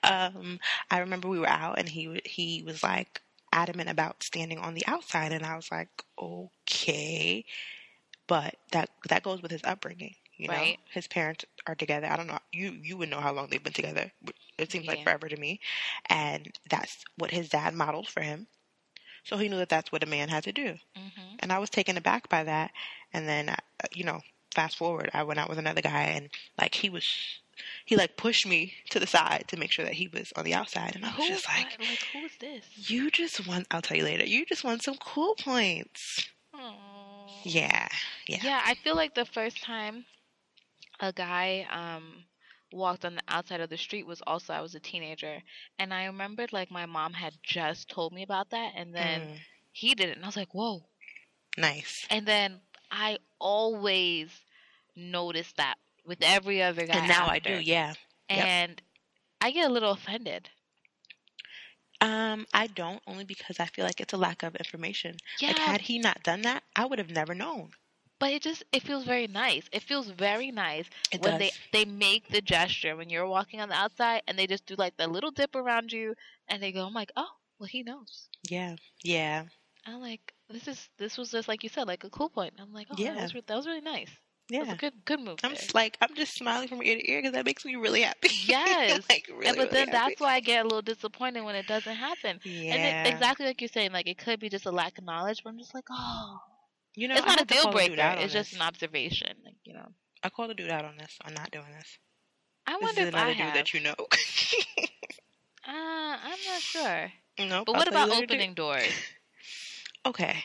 S2: um i remember we were out and he he was like adamant about standing on the outside and i was like okay but that that goes with his upbringing you know
S1: Right.
S2: his parents are together i don't know you you would know how long they've been together but it seems like
S1: Yeah.
S2: forever to me and that's what his dad modeled for him so he knew that that's what a man had to do
S1: hmm
S2: and I was taken aback by that. And then, uh, you know, fast forward, I went out with another guy, and like he was, he like pushed me to the side to make sure that he was on the outside, and I
S1: Oh
S2: was just like,
S1: like, who is this?
S2: "You just won." I'll tell you later. You just won some cool points.
S1: Aw.
S2: Yeah, yeah,
S1: yeah i feel like the first time a guy um walked on the outside of the street was also i was a teenager and i remembered like my mom had just told me about that and then
S2: Mm,
S1: he did it and i was like whoa
S2: nice.
S1: and then i always noticed that with every other guy
S2: And now I
S1: after.
S2: do. Yeah. yep.
S1: and i get a little offended
S2: Um, I don't only because I feel like it's a lack of information.
S1: yeah
S2: Like, had he not done that, I would have never known.
S1: but it just it feels very nice it feels very nice
S2: It
S1: when
S2: does.
S1: they they make the gesture when you're walking on the outside and they just do like the little dip around you and they go i'm like oh well he knows
S2: yeah,
S1: Oh,
S2: yeah,
S1: i'm like this is this was just like you said like a cool point i'm like oh that,
S2: Yeah.
S1: was, re- that was really nice that was
S2: yeah.
S1: a good good move
S2: I'm
S1: there.
S2: s- like I'm just smiling from ear to ear because that makes me really happy.
S1: Yes.
S2: like really,
S1: and,
S2: really
S1: but then
S2: happy.
S1: that's why i get a little disappointed when it doesn't happen
S2: yeah.
S1: and it, exactly like you're saying like it could be just a lack of knowledge but i'm just like oh
S2: You know,
S1: it's
S2: I
S1: not a
S2: had to
S1: deal
S2: call
S1: breaker
S2: dude out on
S1: it's just
S2: this.
S1: an observation like you know
S2: I called a dude out on this on not doing this.
S1: i
S2: This
S1: wonder
S2: is
S1: if
S2: another
S1: i
S2: dude
S1: have
S2: that you know.
S1: uh, i'm not sure
S2: no,
S1: But what about opening doors?
S2: Okay,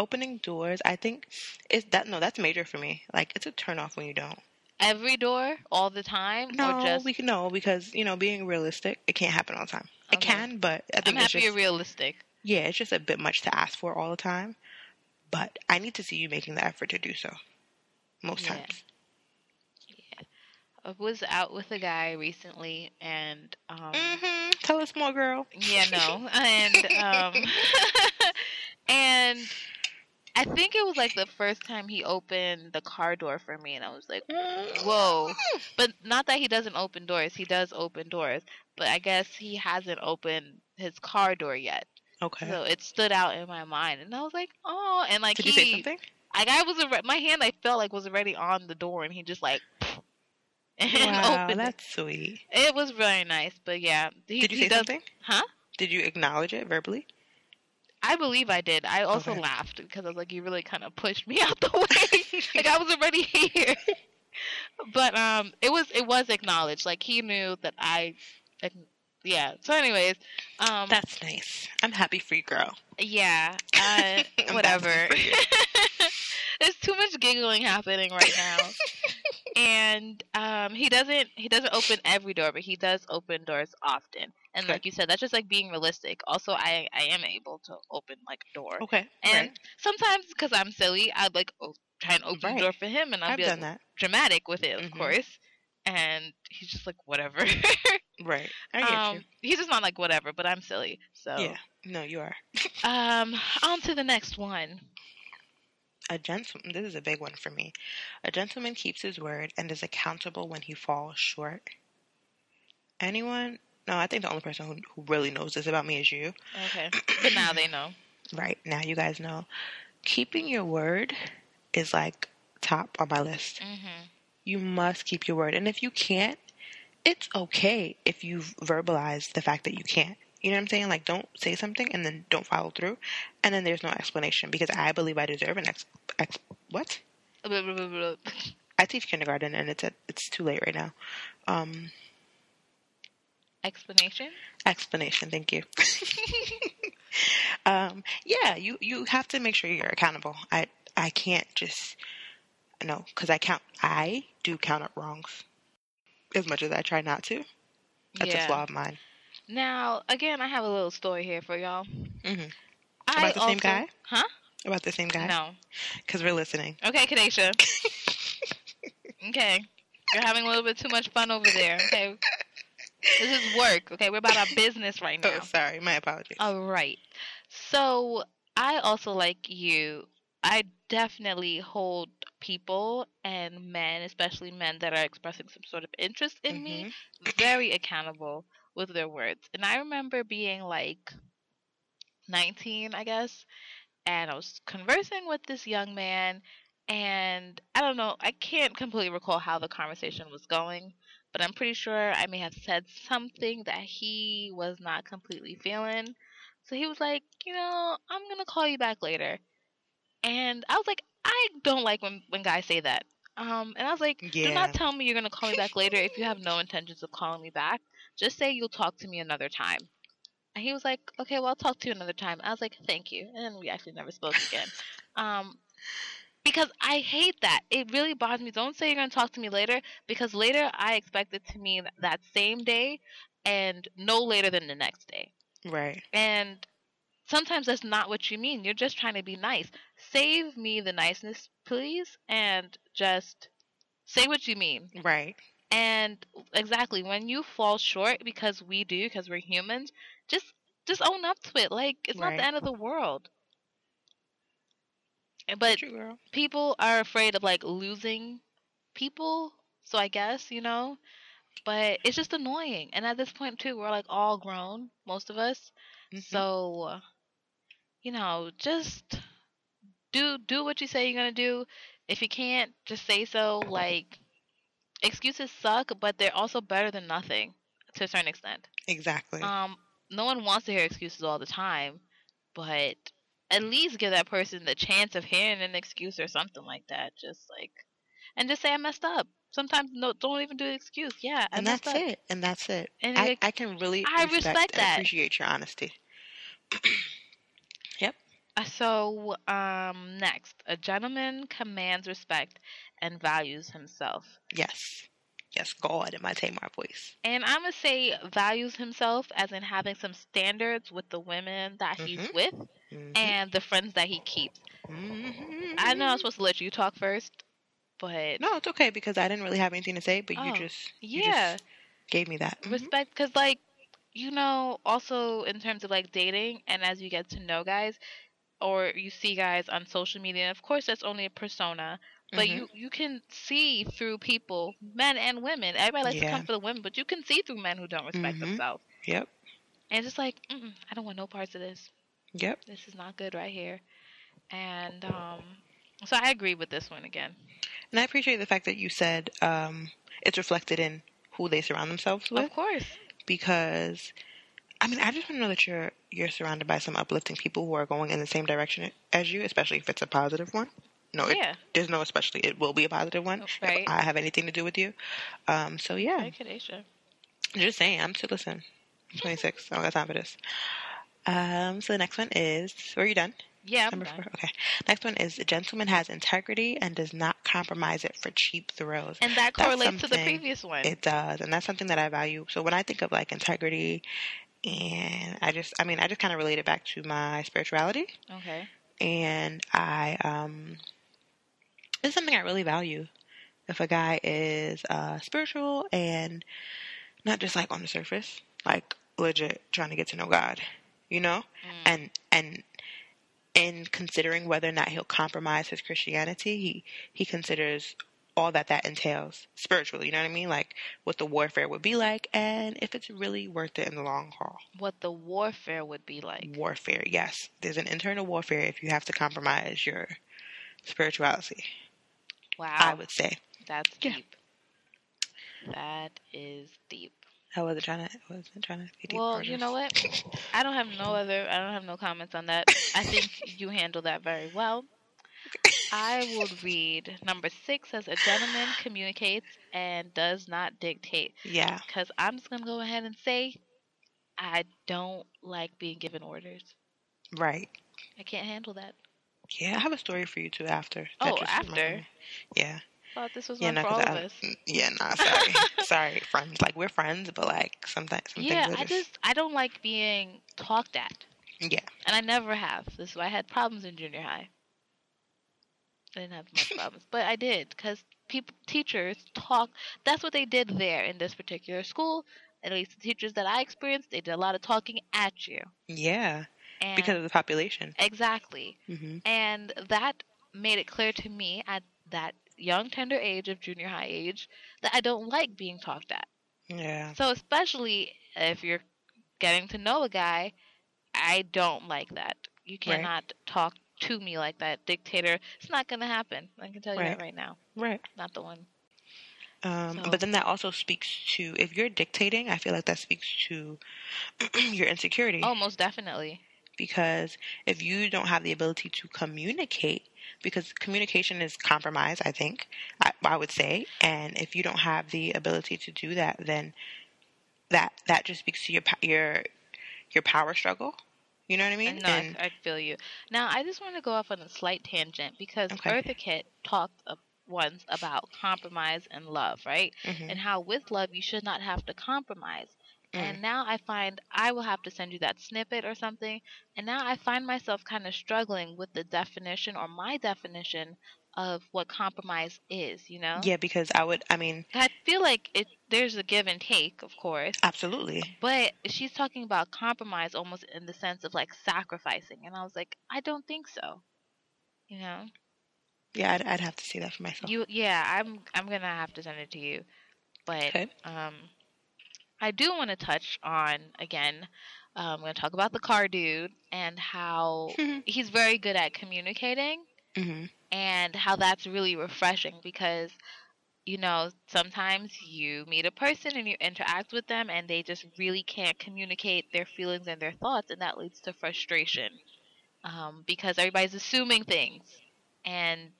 S2: opening doors. I think it's that. No, that's major for me. Like it's a turnoff when you don't.
S1: Every door, all the time,
S2: No,
S1: or Oh, just?
S2: we can no because you know being realistic, it can't happen all the time. It
S1: Okay.
S2: can, but I
S1: I'm
S2: think it's
S1: happy
S2: just
S1: you're realistic.
S2: yeah, it's just a bit much to ask for all the time. But I need to see you making the effort to do so. Most
S1: Yeah.
S2: times.
S1: I was out with a guy recently, and um,
S2: hmm Tell us more, girl.
S1: yeah, no, and um, and I think it was like the first time he opened the car door for me, and I was like, whoa.
S2: Mm.
S1: But not that he doesn't open doors; he does open doors. But I guess he hasn't opened his car door yet,
S2: Okay.
S1: so it stood out in my mind, and I was like, oh, and like
S2: Did
S1: he.
S2: you say something?
S1: like I was alre- my hand I felt like was already on the door and he just like and
S2: Wow,
S1: opened it.
S2: that's sweet.
S1: It was really nice, but yeah, he,
S2: Did you
S1: he
S2: say
S1: does-
S2: something?
S1: Huh?
S2: Did you acknowledge it verbally?
S1: I believe I did. I also
S2: Okay.
S1: laughed because I was like, you really kind of pushed me out the way. like I was already here, but um, it was it was acknowledged. Like he knew that I, like, yeah. So, anyways, um,
S2: That's nice. I'm happy for you, girl.
S1: yeah, uh,
S2: I'm
S1: whatever.
S2: happy for you.
S1: There's too much giggling happening right now. and um, he doesn't he doesn't open every door, but he does open doors often. And
S2: Okay.
S1: like you said, that's just like being realistic. Also, I I am able to open like a door,
S2: Okay.
S1: and
S2: right.
S1: sometimes because I'm silly, I'd like o try and open
S2: Right.
S1: the door for him, and I'll
S2: I've
S1: be
S2: done
S1: like,
S2: that.
S1: dramatic with it, of
S2: Mhm.
S1: course. And he's just like whatever.
S2: Right. I get
S1: um, he's just not like whatever, but I'm silly, so
S2: you. Yeah. No, you are.
S1: um, on to the next one.
S2: A gentleman, this is a big one for me. A gentleman keeps his word and is accountable when he falls short. Anyone? No, I think the only person who, who really knows this about me is you.
S1: Okay, but now they know.
S2: right now you guys know keeping your word is like top on my list.
S1: Mm-hmm.
S2: You must keep your word. And if you can't, it's okay if you've verbalized the fact that you can't. You know what I'm saying? Like, don't say something and then don't follow through. And then there's no explanation because I believe I deserve an ex. ex- what? Mm-hmm. I teach kindergarten and it's, at, it's too late right now. Um,
S1: Explanation.
S2: explanation. Thank you. um, yeah, you you have to make sure you're accountable. I I can't just no because I count I do count up wrongs as much as I try not to. That's a flaw of mine.
S1: Now, again, I have a little story here for y'all.
S2: Mhm.
S1: I
S2: About the same guy?
S1: Huh?
S2: About the same guy
S1: No.
S2: because we're listening.
S1: Okay, Kadesha. okay. You're having a little bit too much fun over there. Okay. This is work. Okay, we're about our business right now.
S2: Oh, sorry, my apologies.
S1: All right. So I also like you. I definitely hold people and men, especially men that are expressing some sort of interest in
S2: Mm-hmm.
S1: me, very accountable with their words. And I remember being like 19, I guess, and I was conversing with this young man, and I don't know, I can't completely recall how the conversation was going, but I'm pretty sure I may have said something that he was not completely feeling. So he was like, you know, I'm gonna call you back later, and I was like, I don't like when when guys say that. Um, and I was like, do
S2: Yeah.
S1: not tell me you're gonna call me back later if you have no intentions of calling me back. Just say you'll talk to me another time. And he was like, okay, well, I'll talk to you another time. I was like, thank you. And we actually never spoke again. Um, because I hate that. It really bothers me. Don't say you're going to talk to me later because later I expect it to mean that same day and no later than the next day.
S2: Mm-hmm. Right.
S1: And sometimes that's not what you mean. You're just trying to be nice. Save me the niceness, please, and just say what you mean.
S2: Right.
S1: And exactly, when you fall short because we do, because we're humans, just just own up to it. Like it's not
S2: Right.
S1: the end of the world. And- But
S2: True girl.
S1: people are afraid of like losing people, so I guess, you know. But it's just annoying. And at this point too, we're like all grown, most of us.
S2: Mhm.
S1: So you know, just do do what you say you're gonna do. If you can't, just say so. Like excuses suck, but they're also better than nothing to a certain extent.
S2: exactly.
S1: Um, no one wants to hear excuses all the time, but at least give that person the chance of hearing an excuse or something like that. Just like, and just say I messed up. Sometimes no, don't even do an excuse. Yeah, I
S2: and
S1: messed
S2: that's
S1: up.
S2: it. And that's it.
S1: And
S2: I,
S1: it-
S2: I can really
S1: I respect
S2: and
S1: that.
S2: appreciate your honesty.
S1: Uh, So, um, next, a gentleman commands respect and values himself.
S2: Yes. Yes, God in my Tamar voice.
S1: And I'm gonna say values himself as in having some standards with the women that he's
S2: Mhm.
S1: with and the friends that he keeps.
S2: Mhm.
S1: I know I'm supposed to let you talk first, but
S2: Mm-hmm. No, it's okay because I didn't really have anything to say, but you
S1: Oh,
S2: just you just
S1: yeah,
S2: gave me that. Mhm.
S1: respect because like you know, also in terms of like dating and as you get to know guys or you see guys on social media, and of course that's only a persona, but
S2: Mhm.
S1: you you can see through people, men and women. Everybody likes to
S2: Yeah.
S1: come for the women, but you can see through men who don't respect
S2: Mhm.
S1: themselves.
S2: Yep.
S1: And it's just like, Mm-mm, I don't want no parts of this.
S2: Yep.
S1: This is not good right here. And um, so I agree with this one again.
S2: And I appreciate the fact that you said um, it's reflected in who they surround themselves with
S1: Of course.
S2: because I mean I just want to know that you're you're surrounded by some uplifting people who are going in the same direction as you, especially if it's a positive one. No, Oh, it,
S1: Yeah.
S2: there's no especially. It will be a positive one.
S1: Oh, right.
S2: If I have anything to do with you. Um, so yeah,
S1: Right, Kadesha.
S2: Just saying, I'm too listen. I'm 26. I don't got time for this. Um, so the next one is were you done?
S1: Yeah, I'm
S2: Number
S1: done.
S2: four. Okay. Next one is a gentleman has integrity and does not compromise it for cheap thrills.
S1: And that
S2: That's
S1: correlates to the
S2: something-
S1: previous one.
S2: It does, and that's something that I value. So when I think of like integrity, and I just, I mean, I just kind of relate it back to my spirituality,
S1: okay.
S2: and I, um, it's something I really value. If a guy is uh, spiritual and not just like on the surface, like legit trying to get to know God, you know,
S1: Mm.
S2: and and in considering whether or not he'll compromise his Christianity, he he considers all that that entails spiritually. You know what I mean? Like what the warfare would be like, and if it's really worth it in the long haul.
S1: What the warfare would be
S2: Mm.
S1: like.
S2: Warfare, yes. There's an internal warfare if you have to compromise your spirituality.
S1: Wow.
S2: I would say.
S1: That's
S2: Yeah.
S1: deep. That is deep.
S2: I wasn't trying to. I wasn't trying to. be deep
S1: Well,
S2: or
S1: you
S2: just-
S1: know what? I don't have no other. I don't have no comments on that. I think you handled that very well. I will read number six as a gentleman communicates and does not dictate.
S2: Yeah.
S1: Because I'm just gonna go ahead and say, I don't like being given orders.
S2: Right.
S1: I can't handle that.
S2: Yeah. I have a story for you too after.
S1: Oh,
S2: just reminded
S1: after?
S2: me. Yeah.
S1: Thought this was
S2: Yeah,
S1: one
S2: no,
S1: for
S2: 'cause
S1: all of
S2: I-
S1: us.
S2: Yeah. Nah. Sorry. sorry, friends. Like we're friends, but like sometimes. Some
S1: Yeah,
S2: things are
S1: I just I don't like being talked at.
S2: Yeah.
S1: And I never have. This is why I had problems in junior high. I didn't have much problems, but I did because people, teachers talk. That's what they did there in this particular school. At least the teachers that I experienced, they did a lot of talking at you.
S2: Yeah.
S1: And
S2: Because of the population.
S1: exactly,
S2: hmm
S1: and that made it clear to me at that young tender age of junior high age that I don't like being talked at.
S2: Yeah.
S1: So especially if you're getting to know a guy, I don't like that. You
S2: Right.
S1: cannot talk to me like that, dictator. It's not gonna happen. I can tell you
S2: Right.
S1: that right now.
S2: Right.
S1: Not the one.
S2: Um,
S1: So-
S2: But then that also speaks to if you're dictating. I feel like that speaks to your insecurity
S1: Oh, most definitely.
S2: because if you don't have the ability to communicate, because communication is compromise, I think I, I would say, and if you don't have the ability to do that, then that that just speaks to your pa- your your power struggle. You know what I mean?
S1: No, I,
S2: And-
S1: I feel you. Now, I just want to go off on a slight tangent because
S2: Okay.
S1: Eartha Kitt talked uh, once about compromise and love, right?
S2: mhm.
S1: and how with love you should not have to compromise.
S2: Mm.
S1: And now I find I will have to send you that snippet or something. And now I find myself kind of struggling with the definition or my definition of what compromise is, you know?
S2: yeah, because I would. I mean,
S1: I feel like it there's a give and take, of course,
S2: absolutely.
S1: but she's talking about compromise almost in the sense of like sacrificing. And I was like, I don't think so. You know?
S2: Yeah, I'd, I'd have to say that for myself.
S1: You yeah, I'm I'm gonna have to send it to you, but
S2: Okay.
S1: um, I do want to touch on again. Um, I'm gonna talk about the car dude and how he's very good at communicating
S2: hmm
S1: and how that's really refreshing because you know sometimes you meet a person and you interact with them and they just really can't communicate their feelings and their thoughts and that leads to frustration um, because everybody's assuming things and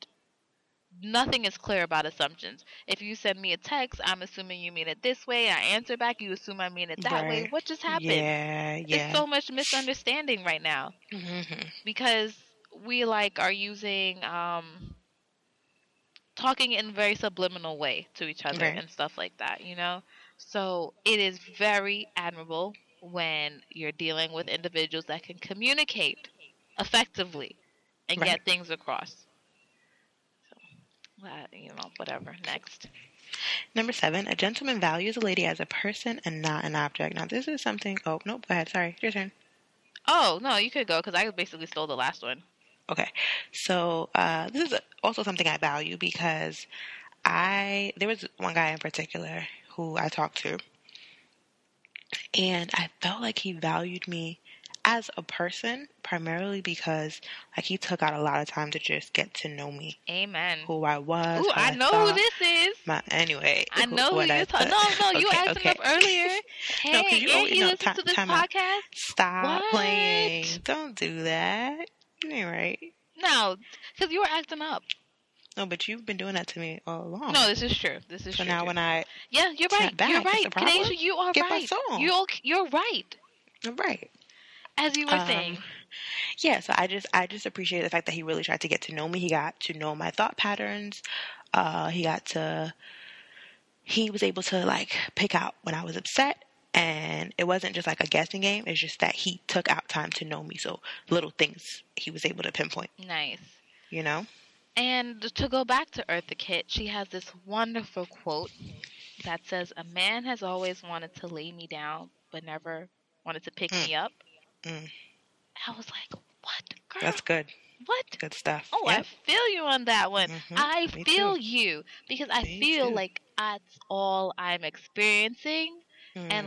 S1: nothing is clear about assumptions if you send me a text i'm assuming you mean it this way i answer back you assume i mean it that way
S2: Right.
S1: what just happened
S2: Yeah, Mm-hmm. yeah.
S1: it's so much misunderstanding right now
S2: hmm
S1: because we like are using um talking in very subliminal way to each other
S2: Right.
S1: and stuff like that you know so it is very admirable when you're dealing with individuals that can communicate effectively and
S2: Right.
S1: get things across so uh, you know whatever next
S2: Number seven, a gentleman values a lady as a person and not an object. Now, this is something. Oh, nope, go ahead. Sorry, your turn.
S1: oh no you could go because i basically stole the last one
S2: Okay. So, uh, this is also something I value because I. There was one guy in particular who I talked to, and I felt like he valued me as a person primarily because, like, he took out a lot of time to just get to know me,
S1: amen
S2: who I was.
S1: Ooh,
S2: what
S1: I know
S2: thought,
S1: who this is
S2: My, anyway,
S1: I know who
S2: what
S1: you're talking. No,
S2: thought.
S1: no, you
S2: Okay,
S1: asked
S2: okay.
S1: him up earlier. Hey,
S2: No, 'cause you
S1: you
S2: always-
S1: he
S2: no,
S1: listens
S2: ti-
S1: to this
S2: time out.
S1: podcast.
S2: Stop
S1: What?
S2: playing. Don't do that. You ain't right.
S1: No, because you were acting up.
S2: No, but you've been doing that to me all along.
S1: No, this is true. This
S2: Oh.
S1: is
S2: so
S1: true.
S2: now when I
S1: yeah, you're
S2: snap
S1: right.
S2: back,
S1: you're
S2: it's
S1: right.
S2: a problem?
S1: Kadeja, you are
S2: Get my
S1: right.
S2: song.
S1: You're you're right.
S2: I'm right.
S1: As you were
S2: Um,
S1: saying,
S2: Yeah, so I just I just appreciate the fact that he really tried to get to know me. He got to know my thought patterns. Uh he got to he was able to like pick out when I was upset and it wasn't just like a guessing game, it's just that he took out time to know me. So little things he was able to pinpoint,
S1: nice.
S2: you know?
S1: And to go back to Eartha Kitt, she has this wonderful quote that says, "A man has always wanted to lay me down, but never wanted to pick
S2: Mm.
S1: me up."
S2: Mm.
S1: I was like, "What, girl?"
S2: That's good.
S1: What?
S2: Good stuff.
S1: Oh,
S2: Yep.
S1: I feel you on that one.
S2: Mhm.
S1: I
S2: me
S1: feel you because I
S2: Me
S1: feel
S2: too.
S1: like that's all I'm experiencing. And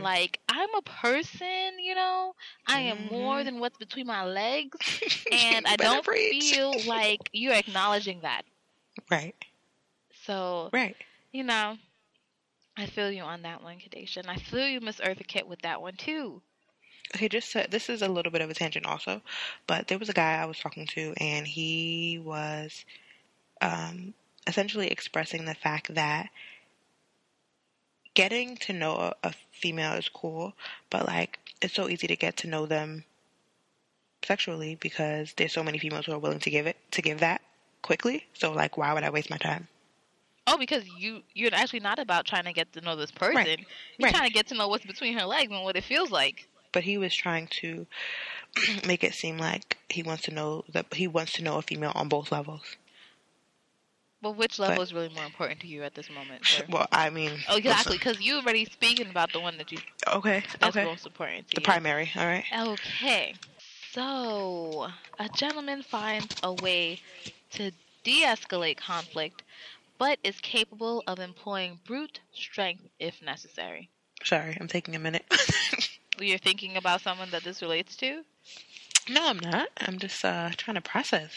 S2: Mm.
S1: like I'm a person, you know, I am more
S2: Mhm.
S1: than what's between my legs. And I
S2: Better
S1: don't
S2: preach.
S1: feel like you're acknowledging that.
S2: right,
S1: So,
S2: right.
S1: you know, I feel you on that one, Kadesha. And I feel you, Miss Eartha Kitt, with that one too.
S2: Okay, just so, this is a little bit of a tangent also, but there was a guy I was talking to, and he was um, essentially expressing the fact that getting to know a, a female is cool, but like it's so easy to get to know them sexually because there's so many females who are willing to give it to give that quickly. So like, why would I waste my time?
S1: Oh, because you you're actually not about trying to get to know this person. You're
S2: Right.
S1: trying to get to know what's between her legs and what it feels like.
S2: but he was trying to make it seem like he wants to know that he wants to know a female on both levels.
S1: But which level
S2: But-
S1: is really more important to you at this moment? sir?
S2: Well, I mean,
S1: Oh, exactly, because you already speaking about the one that you
S2: listen. Okay,
S1: that's
S2: okay,
S1: most important to
S2: the
S1: you.
S2: primary. All right.
S1: Okay, so a gentleman finds a way to de-escalate conflict, but is capable of employing brute strength if necessary.
S2: Sorry, I'm taking a minute.
S1: You're thinking about someone that this relates to.
S2: no, I'm not. I'm just uh, trying to process.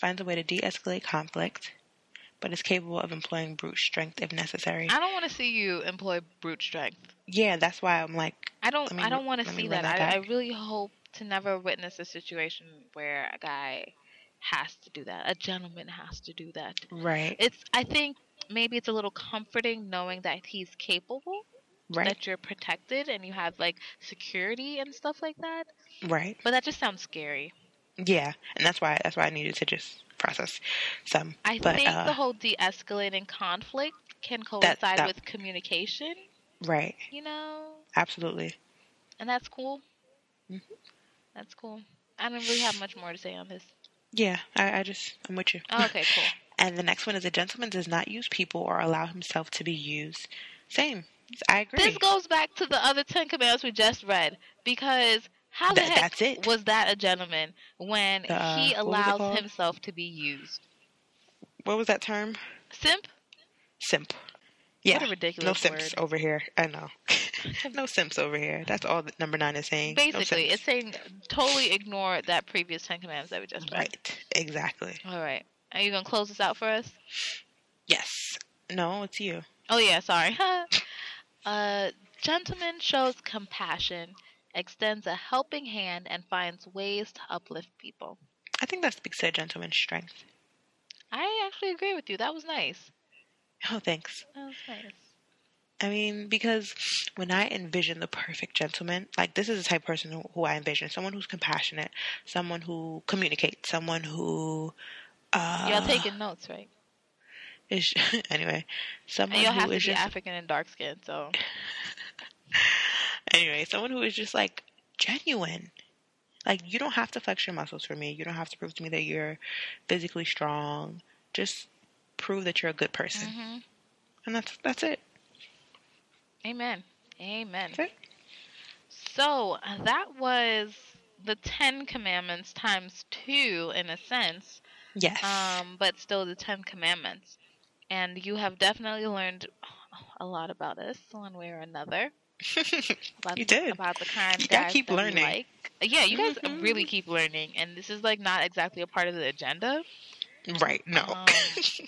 S2: Finds a way to de-escalate conflict, but is capable of employing brute strength if necessary.
S1: I don't want to see you employ brute strength.
S2: yeah, that's why I'm like,
S1: I don't.
S2: Let me
S1: I don't
S2: re-
S1: want to
S2: let me
S1: see
S2: run
S1: that.
S2: that
S1: I, I
S2: back.
S1: really hope to never witness a situation where a guy has to do that. A gentleman has to do that.
S2: right,
S1: It's. I think maybe it's a little comforting knowing that he's capable,
S2: right,
S1: that you're protected, and you have like security and stuff like that.
S2: right.
S1: But that just sounds scary.
S2: Yeah, and that's why that's why I needed to just process some.
S1: I
S2: but
S1: think
S2: uh,
S1: the whole de-escalating conflict can coincide
S2: That- that-
S1: with communication.
S2: right,
S1: You know,
S2: absolutely.
S1: and that's cool.
S2: Mhm.
S1: That's cool. I don't really have much more to say on this.
S2: Yeah, I, I just I'm with you.
S1: Oh, okay, cool.
S2: And the next one is a gentleman does not use people or allow himself to be used. Same. I agree.
S1: This goes back to the other Ten Commandments we just read because how the
S2: Th-
S1: heck
S2: that's it.
S1: was that a gentleman when
S2: The, uh,
S1: he
S2: what was it
S1: allows
S2: called?
S1: himself to be used?
S2: What was that term?
S1: Simp?
S2: Simp. Yeah.
S1: What a
S2: no
S1: ridiculous
S2: simps
S1: word.
S2: over here. I know. no simps over here. That's all that number nine is saying. Oh, No
S1: Basically,
S2: simps.
S1: it's saying totally ignore that previous Ten Commandments that we just read.
S2: right. Exactly.
S1: All right. Are you going to close this out for us?
S2: Yes. No, it's you.
S1: Oh, yeah, sorry. uh, gentleman shows compassion, extends a helping hand, and finds ways to uplift people.
S2: I think that speaks to a gentleman's strength.
S1: I actually agree with you. That was nice.
S2: Oh, thanks.
S1: That was nice.
S2: I mean, because when I envision the perfect gentleman, like this is the type of person who, who I envision someone who's compassionate, someone who communicates, someone who. Uh,
S1: Y'all taking notes, right?
S2: is, anyway, someone
S1: And y'all have
S2: who
S1: to be
S2: is just
S1: African and dark skinned, so
S2: anyway, someone who is just like genuine. Like you don't have to flex your muscles for me. You don't have to prove to me that you're physically strong. Just prove that you're a good person,
S1: Mhm.
S2: and that's that's it.
S1: Amen. Amen.
S2: That's it.
S1: So uh, that was the Ten Commandments times two in a sense.
S2: Yes.
S1: Um, but still the Ten Commandments. And you have definitely learned a lot about us one way or another. About
S2: You did.
S1: about the kind
S2: You
S1: of
S2: gotta
S1: guys
S2: keep
S1: that we
S2: learning.
S1: like. Yeah, you guys
S2: Mhm.
S1: really keep learning, and this is like not exactly a part of the agenda,
S2: right. No.
S1: um,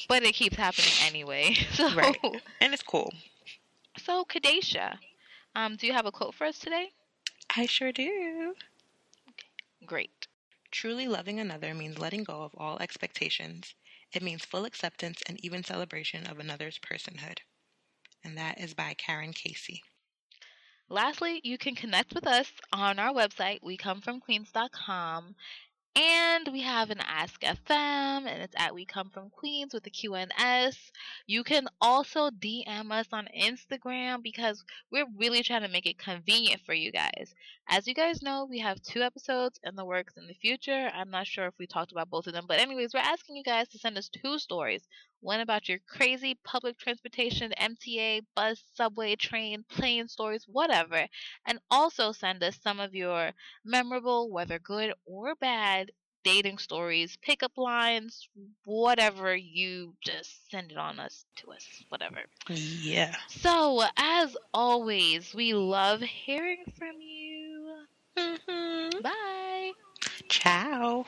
S1: but it keeps happening anyway. So
S2: Right. and it's cool.
S1: So, Kadesha, um, do you have a quote for us today?
S2: I sure do.
S1: Great.
S2: Truly loving another means letting go of all expectations. It means full acceptance and even celebration of another's personhood. And that is by Karen Casey.
S1: Lastly, you can connect with us on our website, wecomefromqueens.com, and we have an Ask FM, and it's at We Come From Queens with the QNS. You can also DM us on Instagram because we're really trying to make it convenient for you guys. As you guys know, we have two episodes in the works in the future. I'm not sure if we talked about both of them, but anyways, we're asking you guys to send us two stories. One about your crazy public transportation, MTA, bus, subway, train, plane stories, whatever. And also send us some of your memorable, whether good or bad, dating stories, pickup lines, whatever you just send it on us to us, whatever.
S2: Yeah.
S1: So, as always, we love hearing from you.
S2: Mm-hmm.
S1: Bye.
S2: Ciao.